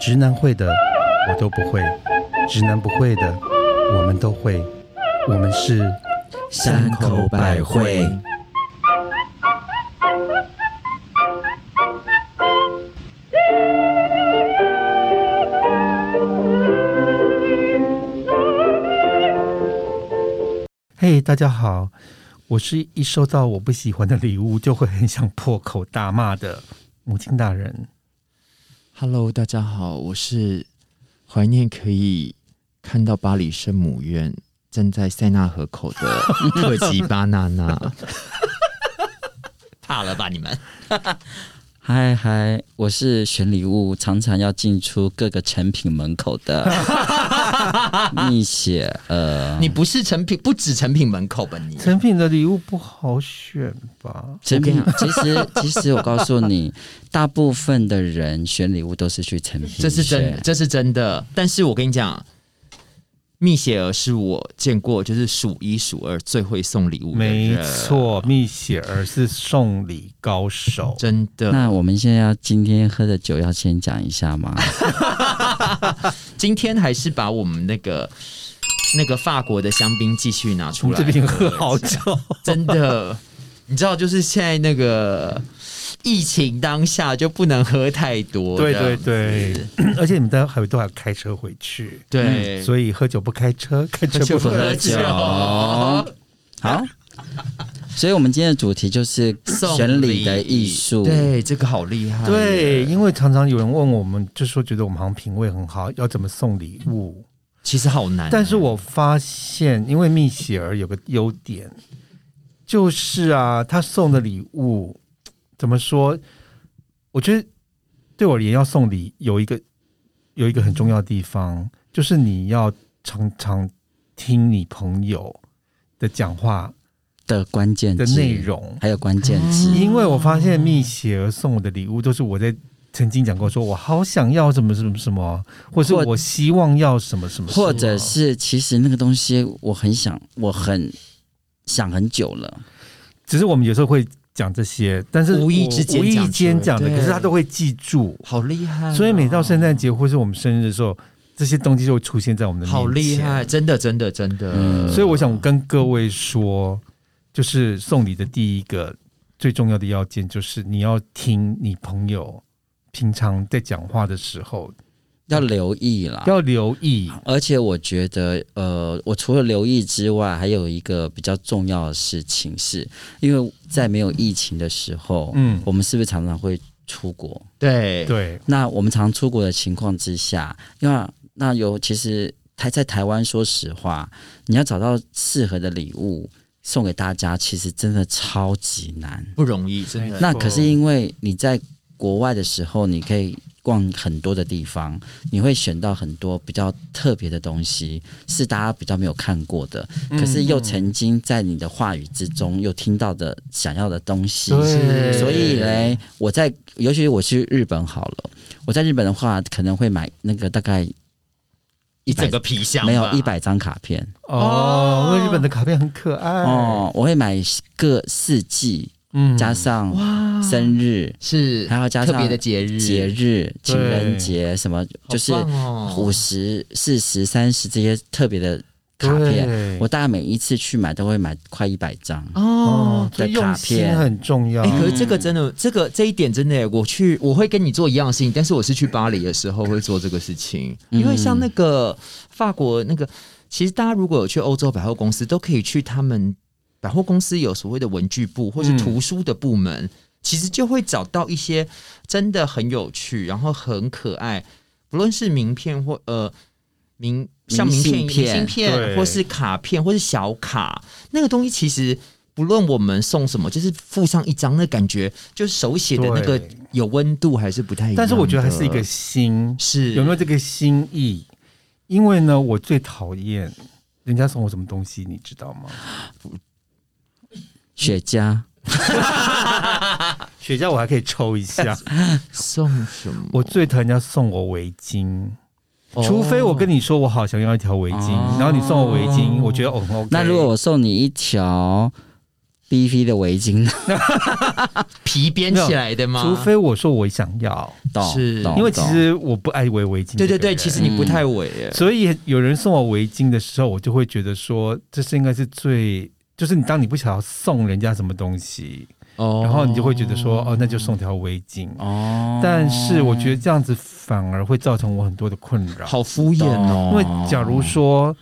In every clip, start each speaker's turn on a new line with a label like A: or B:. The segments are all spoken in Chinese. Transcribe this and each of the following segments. A: 直男会的我都不会，直男不会的我们都会，我们是
B: 山口百惠。
A: 嘿大家好，我是一收到我不喜欢的礼物就会很想破口大骂的母亲大人。
B: Hello，大家好，我是怀念可以看到巴黎圣母院站在塞纳河口 的特级巴娜娜。 怕了吧你们？
C: 嗨嗨，我是选礼物常常要进出各个成品门口 的蜜雪呃，
B: 你不是成品，不止成品门口吧你？
A: 成品的礼物不好选吧？
C: 成品其实其实我告诉你，大部分的人选礼物都是去成品选，
B: 这是真，这是真的。但是我跟你讲，蜜雪儿是我见过就是数一数二最会送礼物的人，
A: 没，错，蜜雪儿是送礼高手。
B: 真的。
C: 那我们现在要今天喝的酒要先讲一下吗？
B: 今天还是把我们那个那个法国的香槟继续拿
A: 我
B: 出
A: 们
B: 来，
A: 这边喝好久，
B: 真的，你知道，就是现在那个疫情当下就不能喝太多，
A: 对
B: 这
A: 对
B: 样
A: 对，而且你们都还都还开车回去，
B: 对，
A: 所以喝酒不开车，开车
B: 就
A: 不
B: 不
A: 喝
B: 喝
A: 酒。
B: 酒。
C: 好，所以我们今天的主题就是
B: 送
C: 选礼的艺术。
B: 对，这个好厉害。啊
A: 对，，因为常常有人问我们，就说觉得我们好像品味很好，要怎么送礼物？
B: 其实好难。啊
A: 但是我发现，因为蜜雪儿有个优点，就是啊，她送的礼物怎么说？我觉得对我而言，要送礼有一个有一个很重要的地方，就是你要常常听你朋友的讲话
C: 的关键
A: 的
C: 字
A: 内容。
C: 还有关键字，
A: 因为我发现蜜雪儿送我的礼物都是我在曾经讲过，说我好想要什么什么什么，或是
C: 或
A: 我希望要什么什么什么，
C: 或者是其实那个东西我很想，我很想很久了。
A: 只是我们有时候会讲这些，但是
B: 无意
A: 我
B: 之间
A: 无意
B: 讲出来
A: 间讲的，
B: 对
A: 可是他都会记住，
B: 好厉害哦，
A: 所以每到圣诞节或是我们生日的时候，这些东西就会出现在我们的面前
B: 好厉害，。真的，真的，真的。
C: 嗯
A: 所以我想跟各位说，就是送礼的第一个最重要的要件，就是你要听你朋友平常在讲话的时候
C: 要留意
B: 啊
C: 啦。
A: 要留意。
C: 而且我觉得，呃，我除了留意之外，还有一个比较重要的事情是，因为在没有疫情的时候，
A: 嗯，
C: 我们是不是常常会出国？
B: 对
A: 对，
C: 那我们常出国的情况之下，因为那有其实台在台湾，说实话，你要找到适合的礼物送给大家，其实真的超级难。
B: 不容易，真的。
C: 那可是因为你在国外的时候，你可以逛很多的地方，你会选到很多比较特别的东西，是大家比较没有看过的，可是又曾经在你的话语之中又听到的想要的东西。
A: 对
C: 所以嘞，我在尤其我去日本好了，我在日本的话可能会买那个大概
B: 一
C: 一百
B: 整个皮箱吧
C: 没有一，百张卡片
A: 哦，因为日本的卡片很可爱
C: 哦，我会买各四季
A: 嗯
C: 加上生日，
B: 是
C: 还要加上
B: 特别的节日，
C: 节日、情人节什么，就是
B: 好棒哦
A: 啊
C: 五十、四十、三十这些特别的卡片，
A: 对
C: 我大概每一次去买都会买快一百张。
B: 哦
A: 哦，这
C: 的
A: 用
C: 卡
A: 心
C: 片
A: 很重要
B: 哎、。可是这个真的，这个这一点真的耶，我去我会跟你做一样的事情，但是我是去巴黎的时候会做这个事情，
C: 嗯
B: 因为像那个法国那个，其实大家如果有去欧洲百货公司，都可以去他们百货公司有所谓的文具部或是图书的部门，其实就会找到一些真的很有趣，然后很可爱，不论是名片或呃。名像名
C: 明信
B: 片、明
C: 片
B: 信片，
A: 对
B: 或是卡片，或是小卡，那个东西其实不论我们送什么，就是附上一张，那感觉就是手写的那个
A: 对
B: 有温度还是不太一样的。
A: 但是我觉得还是一个心，
B: 是
A: 有没有这个心意？因为呢，我最讨厌人家送我什么东西，你知道吗？
C: 雪茄，
A: 雪茄我还可以抽一 下，
B: 送什么？
A: 我最讨厌人家送我围巾，
B: 哦
A: 除非我跟你说我好想要一条围巾，
C: 哦
A: 然后你送我围巾，我觉得哦很 OK。
C: 那如果我送你一条 B V 的 围巾，
B: 皮编起来的吗？
A: 除非我说我想要，
C: 懂？
B: 是
C: 懂
A: 因为其
C: 懂
A: 实我不爱围围巾。
B: 哦对对对，其实你不太伪、
A: 所以有人送我围巾的时候，我就会觉得说，这是应该是最，就是你当你不想要送人家什么东西，嗯
B: 哦
A: 然后你就会觉得说，哦，那就送条围巾。
C: 哦，
A: 但是我觉得这样子反而会造成我很多的困扰，
B: 好敷衍哦
A: 因，为假如说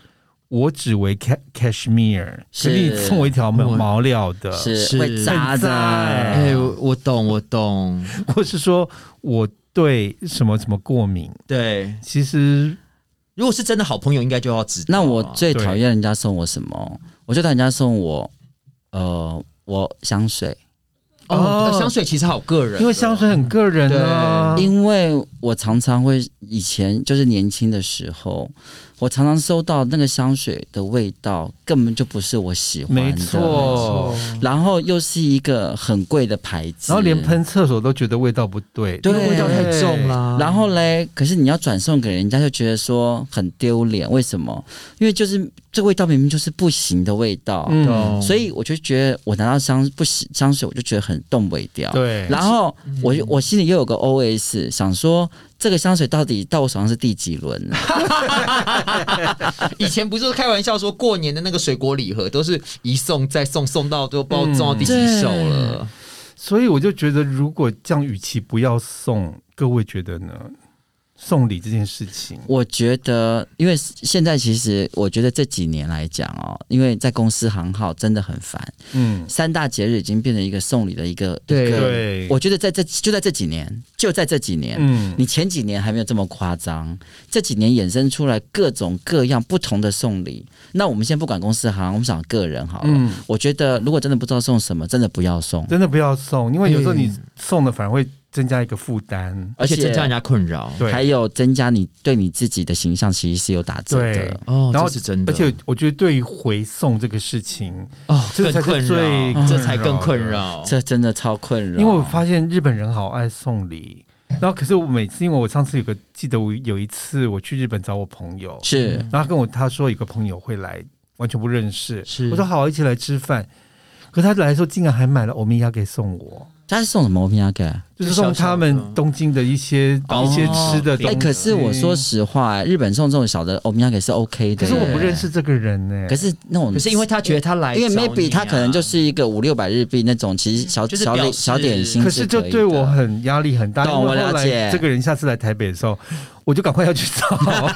A: 我只围 ca- cashmere，
C: 是
A: 可是你送我一条没有
B: 我
A: 毛料的，
C: 是
B: 是
C: 会扎
A: 很
C: 的，
A: 赞
B: 哎、我我懂，我懂，
A: 或是说我对什么什么过敏，
B: 对。
A: 其实
B: 如果是真的好朋友，应该就要知道。啊
C: 那我最讨厌人家送我什么？我就讨厌人家送我，呃，我香水，
B: 哦，
A: 哦
B: 香水其实好个人哦，
A: 因为香水很个人啊，
C: 因为我常常会以前就是年轻的时候，我常常收到那个香水的味道根本就不是我喜欢的，
A: 没错。
C: 然后又是一个很贵的牌子，
A: 然后连。喷厕所都觉得味道不对，
C: 对
B: 因为味道太重啦。
C: 然后嘞，可是你要转送给人家，就觉得说很丢脸。为什么？因为就是这味道明明就是不行的味道，
A: 嗯
B: 懂，
C: 所以我就觉得我拿到香不喜香水，我就觉得很动尾调。
A: 对，嗯
C: 然后我我心里又有个 OS，想说这个香水到底到我手上是第几轮 呢？
B: 以前不是开玩笑说过年的那个水果礼盒都是一送再送，送到都不知道
A: 嗯
B: 送到第几手了。
A: 所以我就觉得，如果这样，与其不要送，各位觉得呢？送礼这件事情，
C: 我觉得，因为现在其实我觉得这几年来讲哦，因为在公司行号真的很烦，
A: 嗯，
C: 三大节日已经变成一个送礼的一个
B: 对
C: 一个
A: 对
C: 我觉得在这就在这几年，就在这几年，
A: 嗯，
C: 你前几年还没有这么夸张，这几年衍生出来各种各样不同的送礼。那我们先不管公司行，我们讲个人好了。
A: 嗯
C: 我觉得如果真的不知道送什么，真的不要送，
A: 真的不要送，因为有时候
B: 嗯
A: 你送的反而会增加一个负担。
B: 而且增加人
C: 家
B: 家困扰。
A: 对，
C: 还有增加你对你自己的形象，其实是有打折
A: 对
C: 的。
B: 哦，
A: 然后
B: 这是真的，
A: 而且我觉得对于回送这个事情，
B: 哦
A: 这
B: 更
A: 才是
B: 困扰，嗯
A: 最
B: 这才更
A: 困
B: 困
A: 扰
B: 扰。
C: 这真的超困扰，
A: 因为我发现日本人好爱送礼。然后，可是我每次，因为我上次有个记得，我有一次我去日本找我朋友，
C: 是
A: 然后他跟我他说有个朋友会来，完全不认识，
B: 是
A: 我说好，一起来吃饭。可是他来的时候，竟然还买了欧米亚给送我，
C: 他是送什么欧米亚给？
A: 就是送他
B: 小小
A: 们
B: 的
A: 东京的一些、
B: 哦
A: 一些吃的东
C: 哎、
A: 西。
C: 可是我说实话、日本送这种小的欧米亚给是 OK
A: 可
C: 的。
A: 是我不认。识这个人呢、
C: 可是那种，
B: 可是因为他觉得他来找
C: 因
B: 你
C: 为
B: 啊，
C: maybe 他可能就是一个五六百日币那种，其实小
B: 就是
C: 小
B: 表
C: 点
B: 示
C: 小点心
A: 可
C: 是
A: 是
C: 可以
A: 就
C: 的，
A: 对我很压力很大。
C: 懂
A: 因为
C: 我了
A: 后来
C: 解
A: 这个人下次来台北的时候，我就赶快要去 找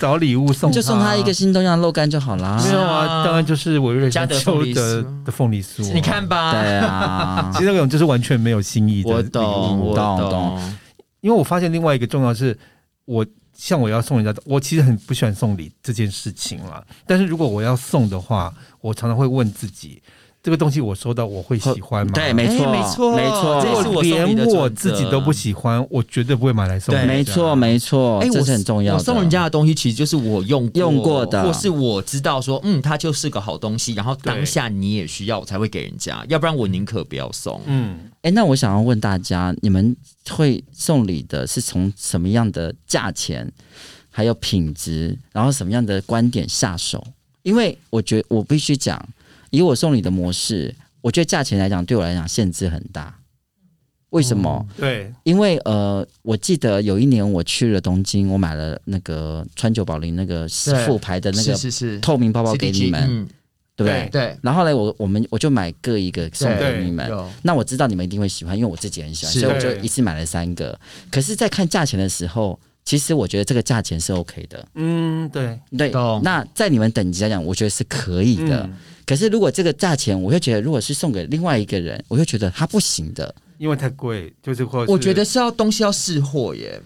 A: 找礼物送
C: 你就送他一个新东阳肉干就 好啦。
A: 没有
B: 啊
A: 啊，当然就是我瑞
B: 加
A: 山
B: 德
A: 丘
B: 凤梨
A: 的
B: 酥
A: 的凤梨酥、啊
B: 你看，吧，
C: 对啊
A: 其，实那种就是完全没有新意的
B: 我
A: 礼
B: 懂，
A: 物
B: 我
C: 懂
B: 懂，
A: 因为我发现另外一个重要是，我像我要送人家的，我其实很不喜欢送礼这件事情啦。但是如果我要送的话，我常常会问自己，这个东西我收到我会喜欢吗？
C: 对，没错，
B: 哎没错
C: 没
B: 这也是
C: 错，
B: 我送
A: 连
B: 礼的
A: 我
B: 准
A: 自己
B: 则
A: 都不喜欢，我绝对不会买来送人
B: 对
A: 家。
C: 没错，没错，这
B: 哎我
C: 是很重要的。
B: 我送人家的东西，其实就是我用
C: 用过的
B: 或是我知道说，嗯，它就是个好东西，然后当下你也需要，我才会给人家，要不然我宁可不要送。
A: 嗯，
C: 哎、那我想要问大家，你们会送礼的是从什么样的价钱，还有品质，然后什么样的观点下手？因为我觉得我必须讲，以我送礼的模式，我觉得价钱来讲，对我来讲限制很大。为什么？
B: 哦
A: 对，
C: 因为呃，我记得有一年我去了东京，我买了那个川久保玲那个
B: 对
C: 副牌的那个
B: 是是是，
C: 透明包包给你
B: CDG
C: 们，
B: 嗯
C: 对不
A: 对
C: 对？
B: 对，
C: 然后呢，我我们我就买各一个送给
A: 对
C: 你们。
B: 有
C: 那我知道你们一定会喜欢，因为我自己也很喜欢，
B: 是
C: 所以我就
A: 对
C: 一次买了三个。可是，在看价钱的时候，其实我觉得这个价钱是 OK 的，
A: 嗯，对，
C: 对
B: 懂。
C: 那在你们等级来讲，我觉得是可以的。
A: 嗯，
C: 可是，如果这个价钱，我会觉得，如果是送给另外一个人，我就觉得他不行的。
A: 因为太贵，就是或者是
B: 我觉得是要东西要试货耶，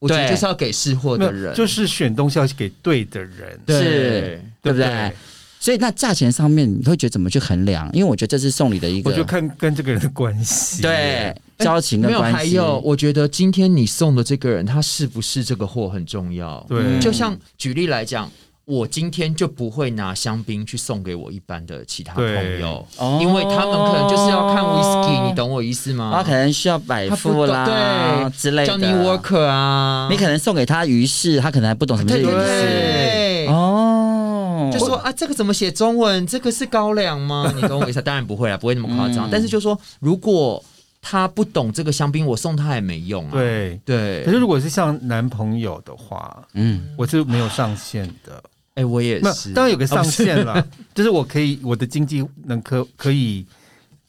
B: 我觉得
C: 对
B: 就是要给试货
A: 没
B: 的
A: 有，
B: 人，
A: 就是选东西要给对的人，
B: 对
C: 是对不
A: 不
C: 对？所以，那价钱上面，你会觉得怎么去衡量？因为我觉得这是送礼的一
A: 我
C: 个
A: 就看跟这个人的关系。
C: 对交情
B: 哎没
C: 的
B: 有，
C: 关系。
B: 还有，我觉得今天你送的这个人，他是不是这个货很重要。
A: 对，
B: 就像举例来讲，我今天就不会拿香槟去送给我一般的其他朋友，
C: 哦
B: 因为他们可能就是要看 whisky，你懂我意思吗？
C: 他可能需要百
B: 他不
C: 富哦啦
B: 懂
C: 之类的。
B: 叫你 worker 啊，
C: 你可能送给他鱼市，他可能还不懂什么是
B: 对
C: 鱼市。
B: 对。
C: 哦，
B: 就说啊，这个怎么写中文？这个是高粱吗？你懂我意思？当然不会啦，不会那么夸张。
C: 嗯
B: 但是就说，如果他不懂这个香槟，我送他也没用啊。
A: 对。
B: 对
A: 可，是如果是像男朋友的话，
C: 嗯，
A: 我是没有上限的，
B: 哎、我也
A: 那
B: 是，
A: 当然有个
B: 哦
A: 上
B: 不是
A: 限啦， 就是我可以我的经济能可可以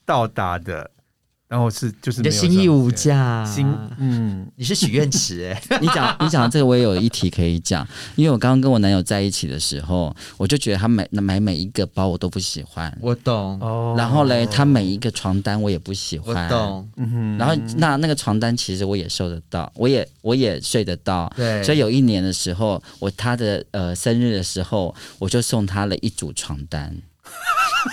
A: 到达的，然后是就是没
B: 你的
A: 有
B: 心意无
A: 上
B: 价，
A: 限，心嗯
B: 你是许愿池哎、
C: 你 讲你讲这个，我也有一题可以讲，因为我刚刚跟我男友在一起的时候，我就觉得他买买每一个包我都不喜欢，
B: 我懂，
A: 哦
C: 然后嘞，他每一个床单我也不喜
B: 我
C: 欢，
B: 懂，
A: 嗯哼
C: 然后那那个床单其实我也收得到，我也我也睡得到。
B: 对，
C: 所以有一年的时候，我他的呃生日的时候，我就送他了一组床单，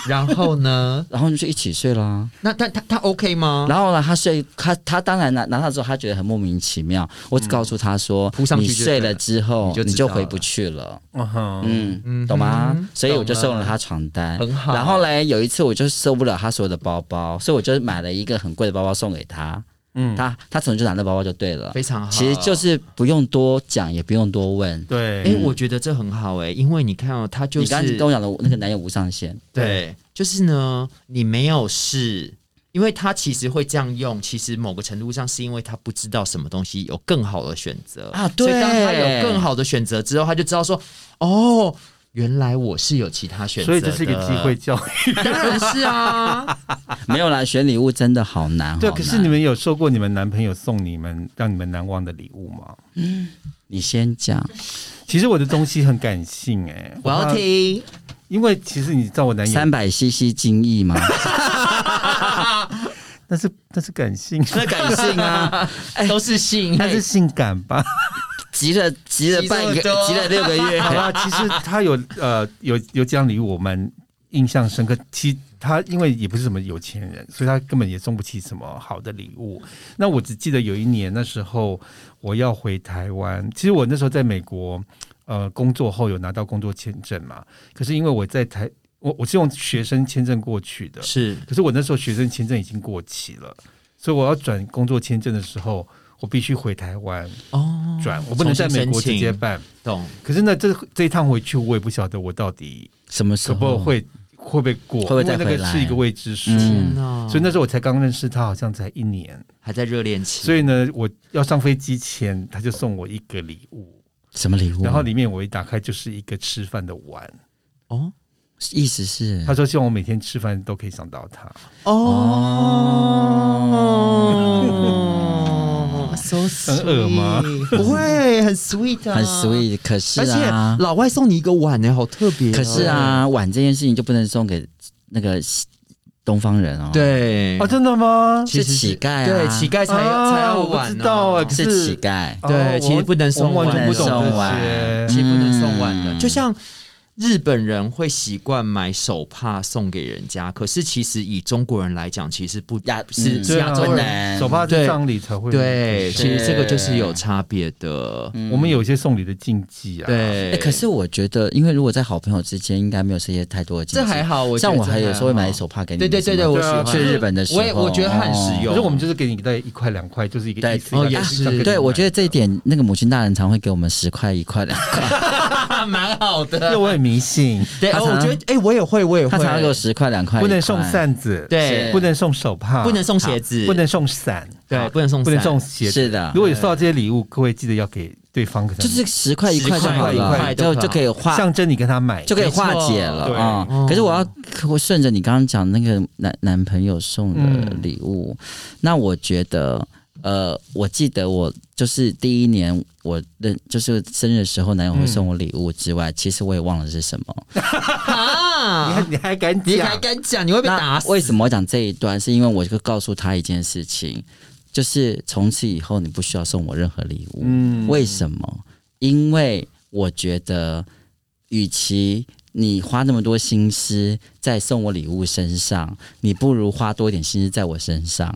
B: 然后呢？
C: 然后就一起睡啦。
B: 那他他他 OK 吗？
C: 然后呢，他睡他他当然拿拿到之后，他觉得很莫名其妙。我只告诉他说，
B: 嗯扑上去
C: 你
B: 就
C: 睡
B: 对
C: 了
B: 了
C: 之后
B: 你就知
C: 你就
B: 道
C: 回
B: 了
C: 不去了，
A: 嗯哼
C: 嗯，
B: 嗯
C: 懂吗
B: 哼？
C: 所以我就
B: 懂
C: 送了
B: 了
C: 他床单，
B: 很好
C: 然后嘞，有一次我就受不了他所有的包包，所以我就买了一个很贵的包包送给他，
A: 嗯，
C: 他他从就拿那包包就对了。
B: 非常好，
C: 其实就是不用多讲，也不用多问。
B: 哎、
A: 对，
B: 我觉得这很好哎、因为你看哦，他就是
C: 你刚刚跟我讲的那个男友无上限，
B: 对，就是呢，你没有试，因为他其实会这样用，其实某个程度上是因为他不知道什么东西有更好的选择
C: 啊
B: 所以当他
C: 对
B: 有更好的选择之后，他就知道说，哦，原来我是有其他选择，
A: 所以这是一个机会，教育。
B: 当然是啊，
C: 没有啦，选礼物真的好难。
A: 对，
C: 好
A: 可是
C: 难
A: 你们有收过你们男朋友送你们让你们难忘的礼物吗？
C: 你先讲，
A: 其实我的东西很感性哎、
B: 我要
A: 怕，
B: 听，
A: 因为其实你知道我男友
C: 三百 CC 精益吗？
A: 那是那是感性，
C: 那感性啊，
B: 都是性，
A: 那是性感吧？
C: 急了急 了
B: 急
C: 半个
B: 这么多
C: 急了六个月，
A: 好啦，其实他有呃有有几样礼物我蛮印象深刻。其他因为也不是什么有钱人，所以他根本也送不起什么好的礼物。那我只记得有一年那时候我要回台湾，其实我那时候在美国呃工作后有拿到工作签证嘛，可是因为我在台我我是用学生签证过去的，
B: 是
A: 可是我那时候学生签证已经过期了，所以我要转工作签证的时候，我必须回台湾
B: 哦，
A: 转，我不能在美国直接办。
B: 懂，
A: 可是呢，这这一趟回去，我也不晓得我到底
C: 什么时
A: 可不
C: 候？
A: 会、会不会过，
C: 嗯会不会再
A: 因为那
C: 回
A: 个
C: 来
A: 是一个未知数。
C: 嗯
B: 天哪，
A: 所以那时候我才刚认识他，好像才一年。
B: 还在热恋期，
A: 所以呢，我要上飞机前，他就送我一个礼物，
C: 什么礼物？啊
A: 然后里面我一打开就是一个吃饭的碗。
B: 哦
C: 意思是
A: 他说希望我每天吃饭都可以想到他。
C: 嗯
B: 哦。So
A: 很恶吗
B: sweet 不会，很 sweet 啊，
C: 很 sweet，可是
B: 而且
C: 啊，
B: 老外送你一个碗呢、好特别、哦
C: 可是，啊，碗这件事情就不能送给那个东方人哦，，
B: 对，
A: 哦，真的吗？
C: 是乞丐啊，
B: 对，乞丐才要、
A: 啊
B: 才要
A: 我不
B: 碗、
A: 知道啊可
C: 是乞丐，
A: 哦
B: 对其实不能送
A: 我完全
C: 碗
A: 不懂
C: 送
A: 这
C: 碗
A: 些。
B: 其实不能送碗的。
C: 嗯
B: 嗯就像日本人会习惯买手帕送给人家，可是其实以中国人来讲，其实不
C: 亚
B: 是
C: 嗯
B: 是
A: 对啊
B: 亚洲
C: 不
B: 人，
C: 能
A: 手帕是葬礼才会有
B: 对，
A: 这
B: 其
A: 些
B: 实这个就是有差别的。
A: 我们有一些送礼的禁忌啊。，
B: 对、
C: 嗯哎、可是我觉得，因这还好我觉得这还好对对对对我喜欢这样因为如果在好朋友之间，应该没有这些太多的禁
B: 这
C: 忌。
B: 还好，我觉
C: 像
B: 得
C: 我
B: 这
C: 还有时候会买
B: 好
C: 手帕给你，
B: 对对对对，我喜欢
C: 啊去日本的时候啊哦
B: 我也我觉得它很实
A: 可
B: 用。
A: 是我们就是给你带一块两块，就是一个
C: 对
A: 意思。一个
B: 哦也
A: 意思
B: 是
A: 想跟你
C: 对，我觉得这一
A: 买的。
C: 点，那个母亲大人常会给我们十块、一块的，
B: 啊，蛮好
A: 因为
B: 的。
A: 我很迷信，
B: 对，
C: 他
B: 哦
C: 常
B: 我觉得哎，我也会，我也
C: 他
B: 会，
C: 常常给我十块、两块，
A: 不能送
C: 一块，
A: 扇子，
B: 对
C: 是
A: 不能送手帕，
B: 不能送鞋
C: 啊
B: 子，
A: 不能送伞，啊
B: 对，不能送
A: 不能
B: 伞
A: 送鞋子。
C: 是的
A: 如果有收到这些礼物，各位记得要给对方，可能
C: 就是十块、一块就好
A: 十块一
C: 了，
A: 块
B: 都可以
C: 就就可以化，
A: 象征你跟他买。
C: 就可以化解
A: 没
C: 了
A: 错
C: 啊、
B: 对
C: 可是我要我顺着你刚刚讲那个男男朋友送的
A: 嗯
C: 礼物，那我觉得。呃，我记得我就是第一年我认就是生日的时候，男友会送我礼物之外，其实我也忘了是什么。
A: 你还
B: 啊！
A: 你还敢
B: 你
A: 讲
B: 还？敢讲，你会被打死？
C: 为什么我讲这一段？是因为我就告诉他一件事情，就是从此以后你不需要送我任何礼物。
A: 嗯
C: 为什么？因为我觉得，与其你花那么多心思在送我礼物身上，你不如花多一点心思在我 身上。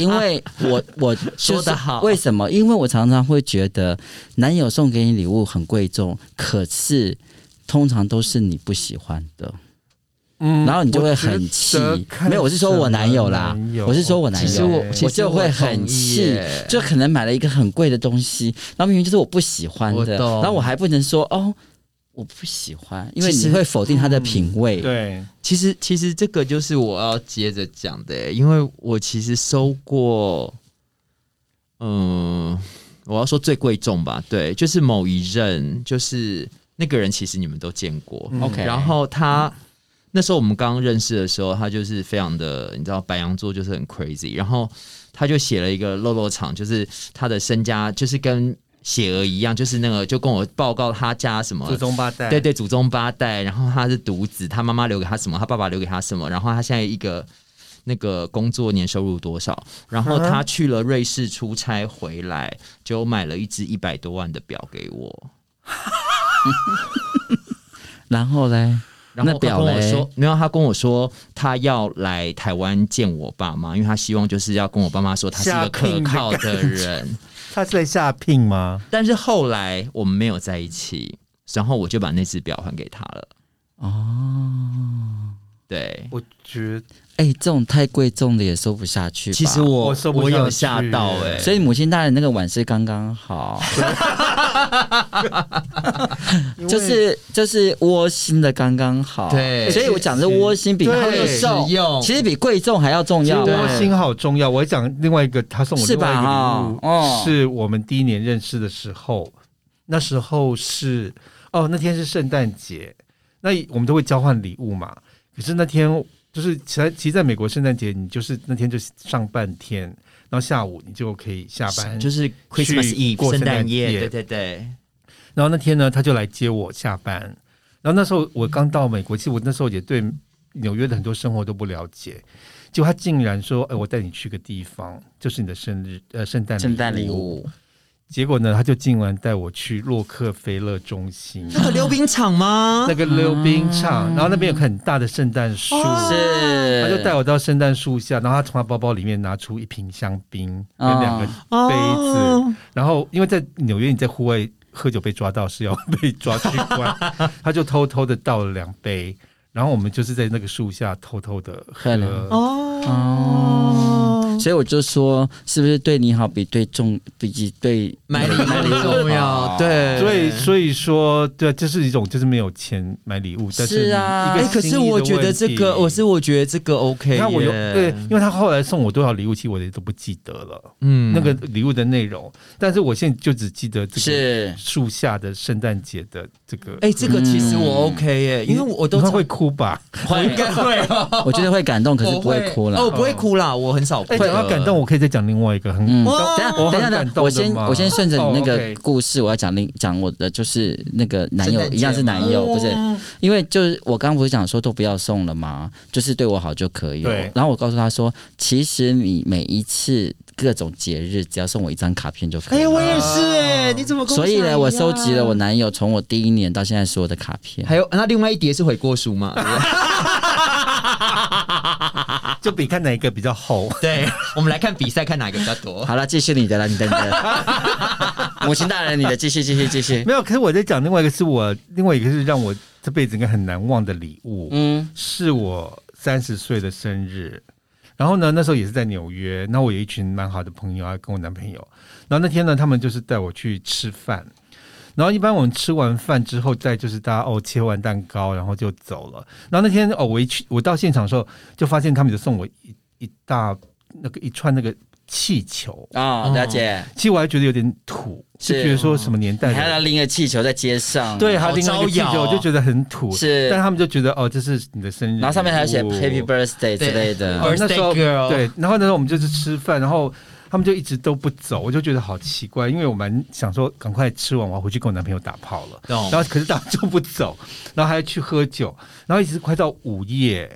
C: 因为我我就是
B: 说得好
C: 为什么？因为我常常会觉得，男友送给你礼物很贵重，可是通常都是你不喜欢的，
A: 嗯
C: 然后你就会很气
A: 我觉得看
C: 没有我是说我男友啦
A: 什么男友
C: 我是说我男友
B: 其实我
A: 对
B: 其
C: 我
B: 实
C: 就会很
B: 同意
C: 气
B: 耶，
C: 就可能买了一个很贵的东西，然后明明就是我不喜欢
B: 我
C: 的，
B: 懂
C: 然后我还不能说哦。我不喜欢，因为
B: 其实嗯
C: 你会否定他的品味。
A: 对，
B: 其实，其实这个就是我要接着讲的、因为我其实收过，嗯，我要说最贵重吧，对，就是某一任，就是那个人，其实你们都见过，
A: 嗯
C: OK，
B: 然后他、那时候我们刚认识的时候，他就是非常的，你知道白羊座就是很 crazy，然后他就写了一个漏漏场，就是他的身家就是跟写鹅一样，就是那个就跟我报告他家什么
A: 祖宗八代，
B: 对对，祖宗八代，然后他是独子，他妈妈留给他什么，他爸爸留给他什么，然后他现在一个那个工作年收入多少，然后
A: 啊
B: 他去了瑞士出差回来，就买了一只一百多万的表给我，
C: 然后嘞，
B: 然后他
C: 那
B: 跟
C: 表
B: 我
C: 嘞
B: 说，没有，他跟我说他要来台湾见我爸妈，因为他希望就是要跟我爸妈说他是一个可靠的人，
A: 他是来下聘吗？
B: 但是后来我们没有在一起，然后我就把那只表还给他了，
C: 哦，
B: 对。
A: 我觉得
C: 哎、这种太贵重的也收不下去吧。
B: 其实我
A: 我
B: 我
A: 收不
B: 有
A: 下
B: 吓
A: 去
B: 到哎、
C: 所以母亲大人那个碗是刚刚好，
A: 因为
C: 就是就是窝心的刚刚好。
B: 对
C: 所以我讲的窝心比
A: 对
C: 它又
B: 实用
C: 其实比贵重还要啊重
A: 其实
C: 要。
A: 窝心好重要。我讲另外一个，他送我
C: 是
A: 另外一
C: 吧？
A: 个
C: 哈
A: 礼，物，
C: 哦，
A: 是我们第一年认识的时候，那时候是哦，那天是圣诞节，那我们都会交换礼物嘛。可是那天就是其实其实在美国圣诞节，你就是那天就上半天，然后下午你就可以下班。
B: 就是 Christmas
A: 去
B: Eve
A: 过
B: 圣
A: 圣诞
B: 诞夜，
A: 夜
B: 对对对，
A: 然后那天呢，他就来接我下班。然后那时候我刚到美国，其实我那时候也对纽约的很多生活都不了解。结果他竟然说：“哎，我带你去个地方，就是你的生日呃圣诞
C: 圣诞礼。物，”
A: 结果呢，他就竟然带我去洛克菲勒中心
B: 那个溜冰场吗
A: 那？个溜冰场，
C: 嗯
A: 然后那边有个很大的圣诞树，
B: 哦
C: 是
A: 他就带我到圣诞树下，然后他从他包包里面拿出一瓶香槟跟
C: 哦
A: 两个杯子，
B: 哦
A: 然后因为在纽约你在户外喝酒被抓到是要被抓去关， 他就偷偷的倒了两杯，然后我们就是在那个树下偷偷的喝
C: 喝了
B: 哦，
C: 所以我就说，是不是对你好比对重比起对
B: 买礼买礼重要，对，
A: 所以，所以说，对啊，这是一种就是没有钱买礼物，但
C: 是啊
A: 一
B: 哎，
A: 个
B: 可
A: 心意
B: 是
A: 的
B: 我觉得
A: 问
B: 这
A: 题
B: 个，我是我觉得这个 OK，
A: 你看我有
B: 耶
A: 对，因为他后来送我多少礼物，其实我也都不记得了，
B: 嗯
A: 那个礼物的内容，但是我现在就只记得这个
C: 是
A: 树下的圣诞节的这个，
B: 哎，这个其实我
C: 嗯
B: OK 耶，因为我都
A: 你会
B: 常
A: 会哭吧？
B: 我应该会哦，
C: 我觉得会感动，可是不会哭了。
B: 哦，我不会哭啦，我很少哭
A: 哎，
B: 的，
A: 讲到感动，我可以再讲另外一个很
C: 嗯，
B: 哇
C: 等一下
A: 我
C: 等一下，
A: 哦很
C: 等
A: 感
C: 一下
A: 动
C: 我
A: 的
C: 先
A: 嘛
C: 我先顺着你那
A: 哦
C: 个
A: ，OK
C: 故事，我要讲另讲我的，就是那个男友
B: 圣诞节
C: 一样是男友，
A: 哦
B: 吗
C: 不是？因为就是我刚刚不是讲说都不要送了吗？就是对我好就可以了
A: 对。
C: 然后我告诉他说，其实你每一次各种节日，只要送我一张卡片就可以
B: 哎，我
C: 了。
B: 也是哎，你怎么跟我
C: 所以
B: 讲
C: 呢，
B: 一
C: 我收
B: 样
C: 集了我男友从我第一年到现在所有的卡片。
B: 还有那另外一叠是悔过书 嘛？对不对
A: 啊就比看哪一个比较 厚。
B: 对，我们来看比赛，看哪一个比较多。
C: 好了，继续你的了，你的你的。 母亲大人，你的继续继续继续。
A: 没有，可是我在讲另外一个是我另外一个是让我这辈子应该很难忘的礼物，
C: 嗯，
A: 是我三十岁的生日。然后呢，那时候也是在纽约，那我有一群蛮好的朋友啊，跟我男朋友。然后那天呢，他们就是带我去吃饭。然后一般我们吃完饭之后，再就是大家哦切完蛋糕，然后就走了。然后那天哦，我一去我到现场的时候，就发现他们就送我一一大那个一串那个气球，
C: 哦，了解。
A: 其实我还觉得有点土，就是觉得说什么年代
C: 你
A: 的
C: 还要拎个气球在街上，
A: 对，还有另外一个气
B: 好招
A: 球，
B: 摇
A: 我就觉得很土。
C: 是
A: 但他们就觉得哦，这是你的生日，
C: 然后上面还要写
A: 哦
C: Happy Birthday 之类的。
A: 哦那时候
B: Birthday girl
A: 对，然后那时候我们就是吃饭，然后他们就一直都不走，我就觉得好奇怪，因为我蛮想说赶快吃完，我要回去跟我男朋友打炮了。
B: 懂
A: 然后可是他们就不走，然后还去喝酒，然后一直快到午夜，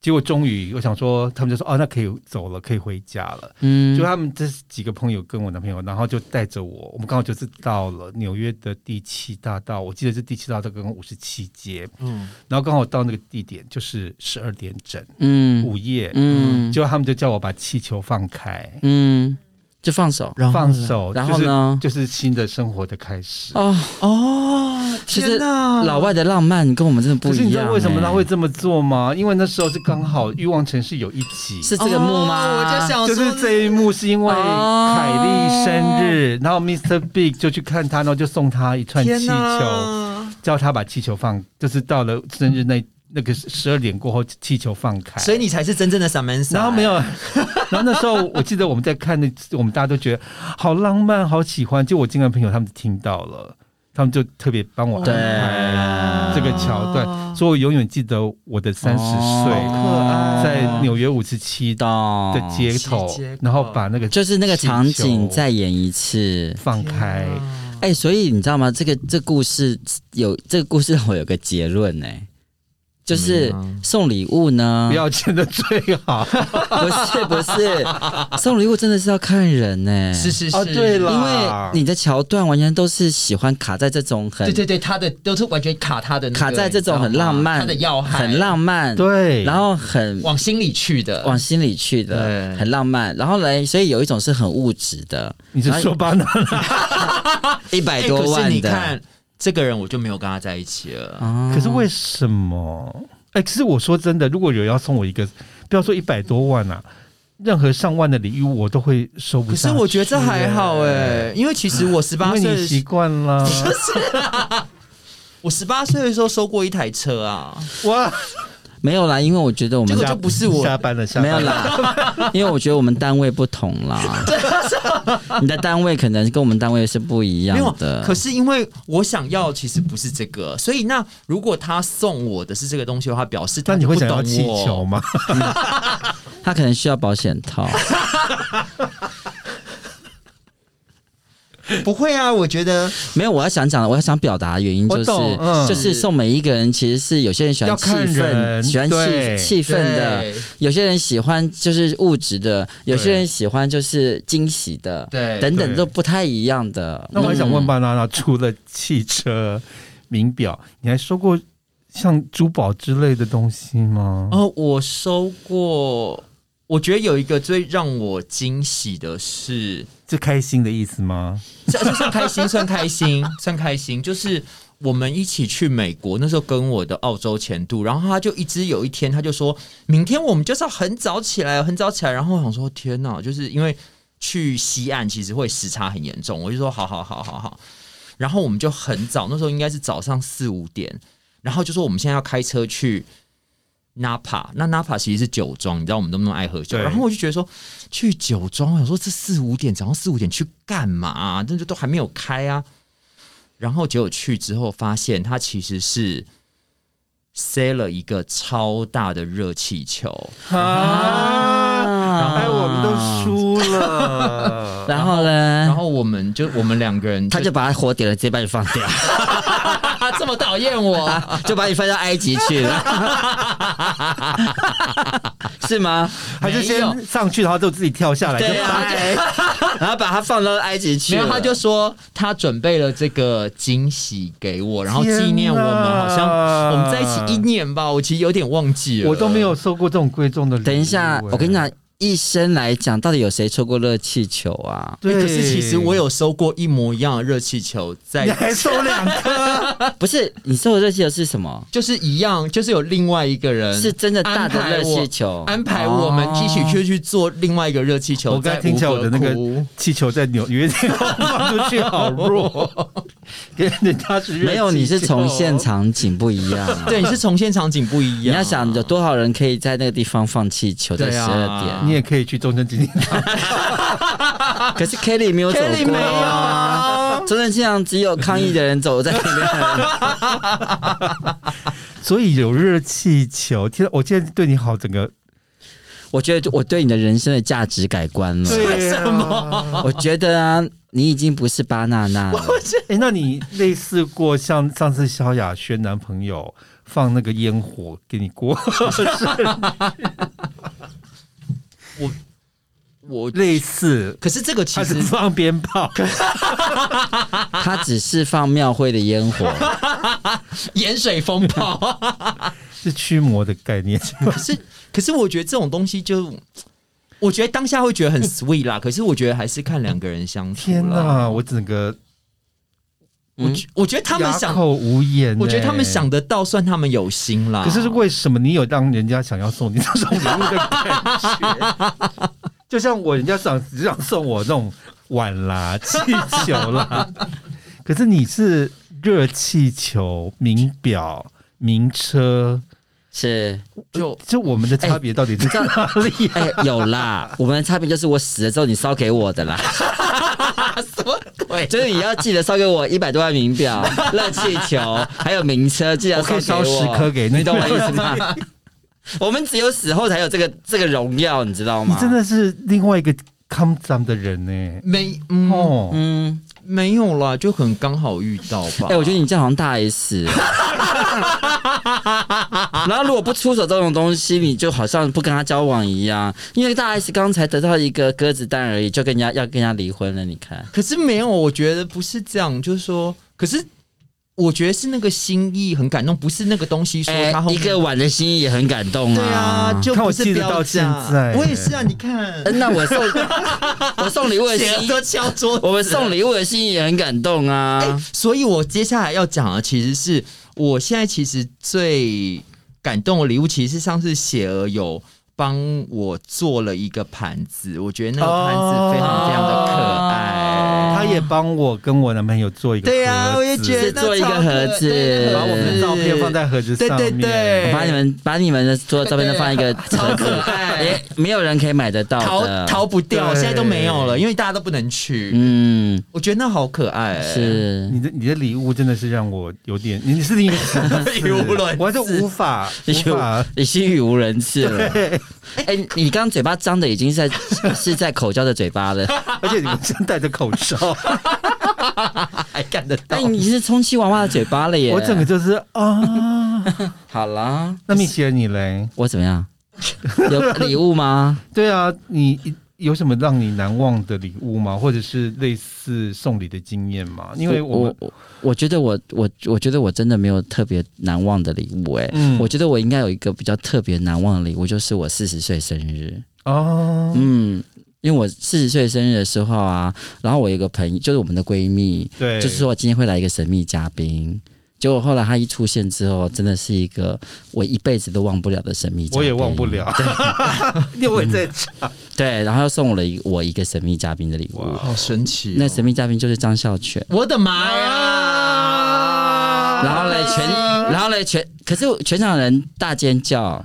A: 结果终于我想说，他们就说哦，那可以走了，可以回家了。
C: 嗯
A: 就，他们这几个朋友跟我男朋友，然后就带着我，我们刚好就是到了纽约的第七大道，我记得是第七大道跟五十七街，
B: 嗯，
A: 然后刚好到那个地点就是十二点整，
C: 嗯
A: 午夜，
C: 嗯
A: 结果他们就叫我把气球放开，
C: 嗯，就放手。
B: 然
A: 放手，
C: 然后呢
A: 就是，就是新的生活的开始。
C: 哦，
B: 哦，
C: 其
B: 天
C: 实
B: 哪
C: 老外的浪漫跟我们真的不
A: 可是
C: 一
A: 你知道
C: 样。
A: 为什么他
C: 哎
A: 会这么做吗？因为那时候是刚好《欲望城市》有一集，
C: 是这个幕
B: 哦
C: 吗？
B: 我就想
A: 就
B: 说
A: 是这一幕是因为
C: 哦
A: 凯莉生日，然后 Mr. Big 就去看她，然后就送她一串气
B: 天
A: 球。
B: 哪，
A: 教他把气球放，就是到了生日那那个十二点过后，气球放开。
B: 所以你才是真正的 Samantha。
A: 然后没有， 然后那时候我记得我们在看那，我们大家都觉得好浪漫，好喜欢。就我金兰朋友他们听到了，他们就特别帮我安
C: 对
B: 啊
A: 排这个桥段，所以我永远记得我的三十岁
B: 哦
A: 在纽约五十七的
C: 懂
A: 街头
B: 七街口，
A: 然后把那个
C: 就是那个
A: 气球
C: 场景再演一次。
A: 放开。
C: 哎、所以你知道吗？这个这故事有这个故事让我有个结论呢、就
B: 怎
C: 是
B: 么样
C: 送礼物呢
A: 不，要见的最好，
C: 不是不 是，送礼物真的是要看人呢、
B: 是是是，
A: 哦对了
C: 因为你的桥段完全都是喜欢卡在这种很
B: 对对对，他的都是完全卡他的那个，
C: 卡在这种很浪
B: 你知道吗他
C: 漫、
B: 的要害，
C: 很浪漫，
A: 对，
C: 然后很
B: 往心里去的，
C: 往心里去的
B: 对，
C: 很浪漫。然后嘞，所以有一种是很物质的，
A: 你是说巴拿
C: 一
B: 哎
C: 百多
B: 可是
C: 万
B: 你
C: 的。
B: 看这个人，我就没有跟他在一起了。
C: 哦
A: 可是为什么？哎、其实我说真的，如果有人要送我一个，不要说一百多万啊，任何上万的礼物我都会收不
B: 可
A: 下
B: 是
A: 去。
B: 我觉得这还好
C: 啊
B: 哎，因为其实 我十
A: 因
B: 八
A: 为你习
B: 岁，
A: 惯了，
B: 啊我十八岁的时候收过一台车啊，
A: 哇，
C: 没有啦，因为我觉得我
B: 这
C: 们
B: 个就不是我
A: 下班了，下
C: 没
A: 班
C: 有
A: 了。
C: 啦，因为我觉得我们单位不同啦。你的单位可能跟我们单位是不一
B: 没有
C: 样的。，
B: 可是因为我想要其实不是这个，所以那如果他送我的是这个东西的话，表示
A: 那
B: 他
A: 你
B: 就不
A: 会
B: 懂
A: 想要
B: 我。
A: 气球吗？
C: 他可能需要保险 套。
B: 不会啊，我觉得
C: 没有，我要想讲，我要想表达的原因就是
A: 我懂，嗯
C: 就是送每一个人，其实是有些人喜欢
A: 要
C: 气
A: 看
C: 氛，
A: 人
C: 喜欢
A: 对
C: 气气氛的；
B: 对
C: 有些人喜欢就是物质的，有些人喜欢就是惊喜的，
B: 对
C: 等等
A: 对
C: 都不太一样的。
A: 那我还想问
C: 嗯，
A: 巴娜娜，除了汽车、名表，你还收过像珠宝之类的东西吗？
B: 哦，我收过，我觉得有一个最让我惊喜的是，
A: 是开心的意思吗？
B: 这这算开心，算开心，算开心，就是。我们一起去美国，那时候跟我的澳洲前度，然后他就一直有一天，他就说明天我们就是要很早起来，很早起来。然后我想说，天哪，就是因为去西岸其实会时差很严重，我就说好好好好好。然后我们就很早，那时候应该是早上四五点，然后就说我们现在要开车去 Napa，那 Napa 其实是酒庄，你知道我们都那么爱喝酒。
A: 对
B: 然后我就觉得说，去酒庄，我想说这四五点早上四五点去干嘛、那就都还没有开啊。然后结果去之后发现，它其实是塞了一个超大的热气球。
C: 嗯
A: 啊！
C: 啊
A: 哎，我们都输 了。
C: 然后
B: 然
C: 呢，
B: 后我们就我们两个人
C: 他就把它火点了，直接把你放掉，
B: 啊这么讨厌我，
C: 就把你放到埃及去 了，是吗？
A: 他就
B: 没
A: 先上去，然后就自己跳下来，就
B: 对啊
A: 拜
C: 哎然后把它放到埃及去
B: 没有
C: 了，
B: 他就说他准备了这个惊喜给我，然后纪念我们，好像我们在一起一年吧，我其实有点忘记了，
A: 我都没有收过这种贵重的礼物。
C: 等一下
A: 哎，
C: 我跟你，讲，一生来讲，到底有谁抽过热气球 啊？
B: 对，
A: 对，
B: 可是其实我，有收过一模一样的热气球在，
A: 你还收两个，
C: 不是，你说的热气球是什么？
B: 就是一样，就是有另外一个人
C: 是真的大的
B: 安排
C: 热
B: 我
C: 气球，
B: 安排我们
C: 哦
B: 一起去去做另外一个热气球，
A: 我刚才听起来我的那
B: 在
A: 个
B: 吴哥 窟
A: 气球在纽约放出去好弱， 跟人家是热
C: 没有，
A: 气
C: 你是
A: 球
C: 从现场景不一样、啊
B: 对，你是重现场景不一
C: 你
B: 样，
C: 要想有多少人可以在那个地方放气球，在
B: 对
C: 十
B: 啊
C: 二点、
A: 你也可以去中正纪念堂，
C: 可是 Kelly 没有走
B: Kelly
C: 过
B: 没有
C: 啊，真的这样只有抗议的人走在里 面。
A: 所以有热气球。天啊，我今天对你好，整个
C: 我觉得我对你的人生的价值改观了。
A: 什么？
C: 我觉得啊，你已经不是巴娜娜了。
A: 哎，那你类似过像上次萧亚轩男朋友放那个烟火给你 过，
B: 我。
A: 类似，
B: 可是这个其
A: 他
B: 实
A: 是放鞭炮，
C: 他只是放庙会的烟火，
B: 盐水风暴，
A: 是驱魔的概 念。
B: 可是可是我觉得这种东西就，我觉得当下会觉得很 sweet 啦，可是我觉得还是看两个人相处
A: 嗯天
B: 啦。
A: 哪，我整个
B: 我觉
C: 嗯
B: 我觉得他们
A: 哑
B: 想，
A: 口无言、欸
B: 我觉得他们。想得到，算他们有心啦。
A: 可是为什么你有让人家想要送你这种礼物的感觉？ 就像我人家想只 想送我那种碗啦、气球啦，可是你是热气球、名表、名车，
C: 是，
B: 就
A: 就我们的差别到底在哪里、啊？
C: 哎、有啦，我们的差别就是我死了之后你烧给我的啦，
B: 什么鬼？
C: 就是你要记得烧给我一百多万名表、 热气球，还有名车，记得
A: 我可以
C: 烧给
A: 烧十颗给你
C: 你懂我意 思吗？我们只有死后才有这个这个荣耀，你知道
A: 你
C: 吗？
A: 真，的是另外一个 come down 的人呢、欸
B: 没，嗯，
A: 哦，
C: 嗯，
B: 没有啦，就很刚好遇到吧。
C: 哎、我觉得你这样好像大 S 哦。然后如果不出手这种东西，你就好像不跟他交往一样，因为大 S 刚才得到一个鸽子蛋而已，就跟人家要跟人家离婚了。你看，
B: 可是没有，我觉得不是这样，就是说，可是我觉得是那个心意很感动，不是那个东西说
C: 哎、
B: 他后
C: 一
B: 面、
C: 个碗的心意也很感动啊。
B: 对啊，就
A: 嗯看我
B: 不是
A: 记得
B: 标
A: 到现
B: 价
A: 在
B: 我也是啊，你看
C: 呃，那我送 我送礼物的心
B: 写
C: 意，
B: 都敲桌子，
C: 我们送礼物的心意也很感动啊。
B: 哎、所以我接下来要讲的其实是我现在其实最感动的礼物，其实是上次雪儿有帮我做了一个盘子，我觉得那个盘子非常非常的可
C: 哦
B: 爱。
A: 他也帮我跟我男朋友做一个
B: 对呀、
A: 盒
B: 我也
A: 子
B: 觉得
C: 是做一个
B: 超可
C: 盒子
B: 对那个
A: 把我们的照片放在盒子
B: 对
A: 上面，
B: 对哎对
C: 我把你们把你们的所有照片都放一个盒子，也没有人可以买得到
B: 逃
C: 的。
B: 逃不掉，
A: 对
B: 现在都没有了，因为大家都不能去。
C: 嗯，
B: 我觉得那好可爱、
C: 是。
A: 你的你的礼物真的是让我有点，你是另一个层 次
B: 语无伦次
A: 我还是无法无
C: 你
A: 法。
C: 你心语无伦次 了。哎、你刚刚嘴巴张的已经在是在口交的嘴 巴了。
A: 而且你们真戴着口罩，
B: 还干得到
C: 哎，。你是充气娃娃的嘴巴了耶！
A: 我整个就是啊。
C: 好啦，
A: 那蜜雪儿你嘞？
C: 我怎么样？有礼物吗？
A: 对啊，你有什么让你难忘的礼物吗？或者是类似送礼的经验吗？因为我
C: 我
A: 们
C: 我我觉得我我我觉得我真的没有特别难忘的礼物哎、
A: 嗯
C: 我觉得我应该有一个比较特别难忘的礼物，就是我四十岁生日。
A: 哦，
C: 嗯，因为我四十岁生日的时候啊，然后我有一个朋友，就是我们的闺蜜，
A: 对，
C: 就是说我今天会来一个神秘嘉宾。结果后来他一出现之后，真的是一个我一辈子都忘不了的神秘嘉宾。
A: 我也忘不。了， 因为在
C: 对，然后又送我了一我一个神秘嘉宾的礼物。
B: 好神奇哦、
C: 那神秘嘉宾就是张孝全。
B: 我的妈呀！
C: 然后嘞，全，然后嘞，全，可是全场人大尖叫，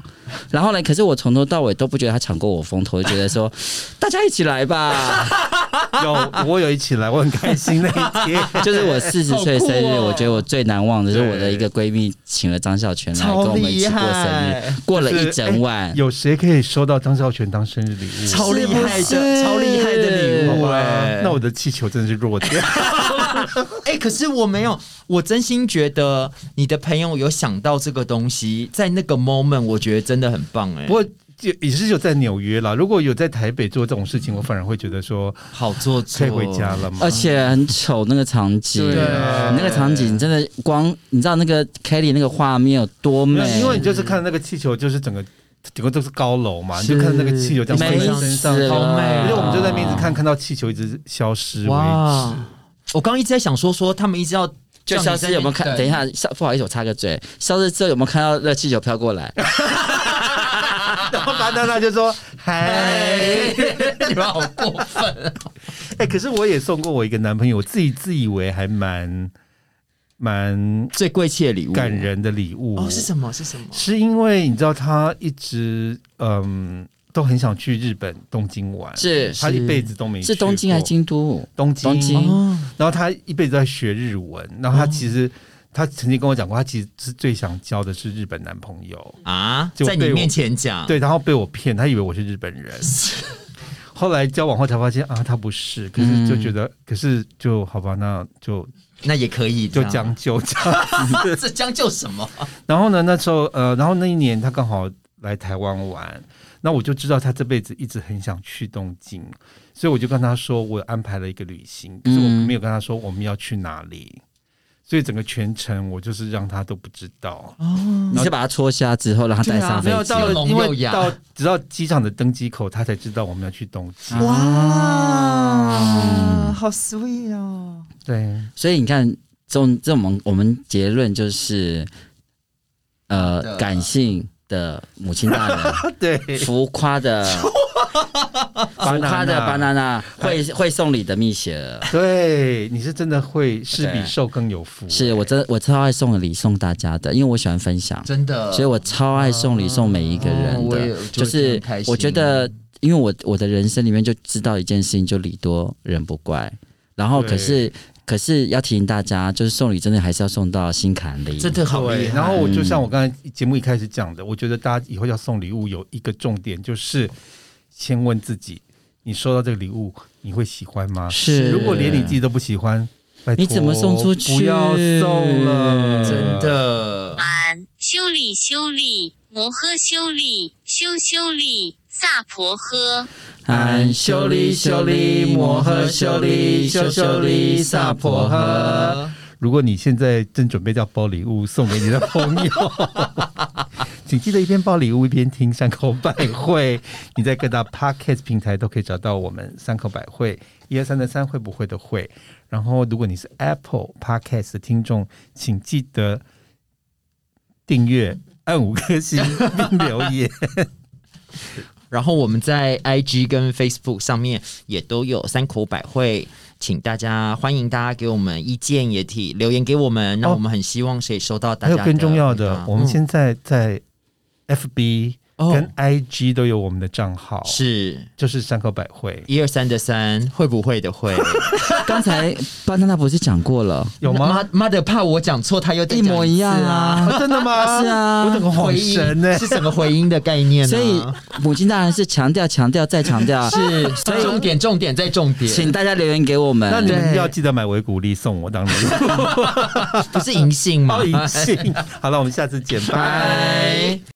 C: 然后嘞，可是我从头到尾都不觉得他抢过我风头，我觉得说大家一起来吧，
A: 有我有一起来，我很开心那一天，
C: 就是我四十岁生日，
B: 好酷哦
C: 我觉得我最难忘的是
A: 对
C: 我的一个闺蜜请了张孝全来跟
B: 超
C: 我们一
B: 厉
C: 起过生日，
B: 害，
C: 过了一整晚，
A: 有谁可以收到张孝全当生日礼物？
B: 超厉害的，
C: 是不是
B: 超厉害的礼
A: 好
B: 物
A: 吧
B: 哎、
A: 那我的气球真的是弱 点。
B: 哎、可是我没有，我真心觉得你的朋友有想到这个东西，在那个 moment，我觉得真的很棒哎、
A: 不过也也是有在纽约啦，如果有在台北做这种事情，我反而会觉得说
B: 好做作，
A: 可以回家了
B: 呃
A: 嘛。
C: 而且很丑那个场景，
A: 哎对啊
C: 那个场景真的光，你知道那个 Kelly 那个画面有多
A: 没
C: 美
A: 有，，因为你就是看那个气球，就是整个整个都是高楼嘛，你就是看那个气球这样
C: 美
A: 飞到身上
C: 死，了，
B: 好美
A: 而
B: 因
A: 且
B: 为
A: 我们就在那边一直看，看到气球一直消失为
B: 哇
A: 止。！
B: 我刚刚一直在想说说他们一直要
C: 就消失有没有 看？等一，下，消不好意思，我插个嘴，消失之后有没有看到热气球飘过来？
A: 然后巴娜娜就说：“嗨，
B: 你们好过分！
A: 哎，可是我也送过我一个男朋友，我自己自以为还蛮蛮
B: 最贵气的礼物，
A: 感人的礼物
B: 哦！是什么？是什么？
A: 是因为你知道他一直嗯都很想去日本东京玩，
C: 是
A: 他一辈子都没
C: 是
A: 去
C: 东京还是
A: 过
C: 京都？
A: 东京
C: 东京哦
B: 哦，
A: 然后他一辈子都在学日文，然后他其实、他曾经跟我讲过，他其实是最想交的是日本男朋友，
B: 啊，
A: 就
B: 在你
A: 被我
B: 面前
C: 啊
B: 讲，
A: 对，然后被我骗，他以为我是日本人。后来交往后才发现啊，他不是，可是就觉得，
C: 嗯
A: 可是就好吧，那就
B: 那也可以
A: 就
B: 这样，
A: 将就这样。
B: 这将就什么？
A: 然后呢，那时候呃，然后那一年他刚好来台湾玩，那我就知道他这辈子一直很想去东京，所以我就跟他说我安排了一个旅行，可是我
C: 嗯
A: 没有跟他说我们要去哪里，所以整个全程我就是让他都不知道。
C: 你是把它戳瞎之后让它带哦上
A: 嗯啊没
C: 飞
A: 有
C: 机？
A: 到
B: 又聋
A: 因
B: 又
A: 为
B: 哑
A: 到直到机场的登机口，他才知道我们要去东京。
C: 嗯
B: 哇，好 sweet 哦！
A: 对，
C: 所以你看，这种这种我们我们结论就是，
B: 的
C: 呃，感性的母亲大人，
A: 对，
C: 浮 夸的浮夸的
A: 啊
C: banana 会会送礼的蜜雪儿，
A: 对，你是真的会施比受更有福，欸
C: 是我真我超爱送礼送大家的，因为我喜欢分享，
B: 真的，
C: 所以我超爱送礼送每一个
B: 哦
C: 人
B: 我
C: 的，
B: 也
C: 就
B: 觉
C: 是
B: 得很开
C: 我觉
B: 心
C: 得，因为我我的人生里面就知道一件事情，就礼多人不怪。然后可是可是要提醒大家，就是送礼真的还是要送到心坎里，
B: 真的好
A: 对
B: 厉害。
A: 然后我就像我刚才节目一开始讲的，我觉得大家以后要送礼物有一个重点，就是先问自己：你收到这个礼物，你会喜欢吗？
C: 是
A: 如果连你自己都不喜欢，拜托
C: 你怎么送出去
A: 不要送了，
B: 真。的，
D: 安，修理修理，摩诃修理，修修理，萨婆诃。
C: 含修理修理摩诃修理修修理萨婆诃。
A: 如果你现在正准备要包礼物送给你的朋 友，请记得一边包礼物一边听山口百惠。你在各大 podcast 平台都可以找到我们山口百惠，一二三的三会不会的会。然后，如果你是 Apple podcast 的听众，请记得订阅、按五颗星并留言。
B: 然后我们在 IG 跟 Facebook 上面也都有三口百惠，请大家欢迎大家给我们意见，也提留言给我们。那
A: 哦
B: 我们很希望可以收 到大
A: 还
B: 家
A: 有
B: 的
A: 更重要的
B: 嗯，
A: 我们现在在 FB
B: 哦
A: 跟 IG 都有我们的账号，
B: 嗯是
A: 就是山口百惠。
B: 一二三的三，会不会的会？
C: 刚才巴娜娜不是讲过了，
A: 有吗？
B: 妈妈的怕我讲错，他又再
C: 一
B: 讲
C: 模一样
B: 次啊！
A: 啊，
C: 啊。
A: 真的吗？
C: 是啊
A: 我整个
B: 回
A: 恍
B: 音
A: 神欸呢、
B: 是什么回音的概念呢？
C: 所以母亲大人是强调强调再强调，
B: 是重点，重点再重点，
C: 请大家留言给我
A: 那
C: 们
A: 你。们
B: 对
A: 要记得买维骨力送我当礼物，
B: 不是银杏吗
A: 哦 好？银杏。好了，我们下次见，拜。
B: 拜。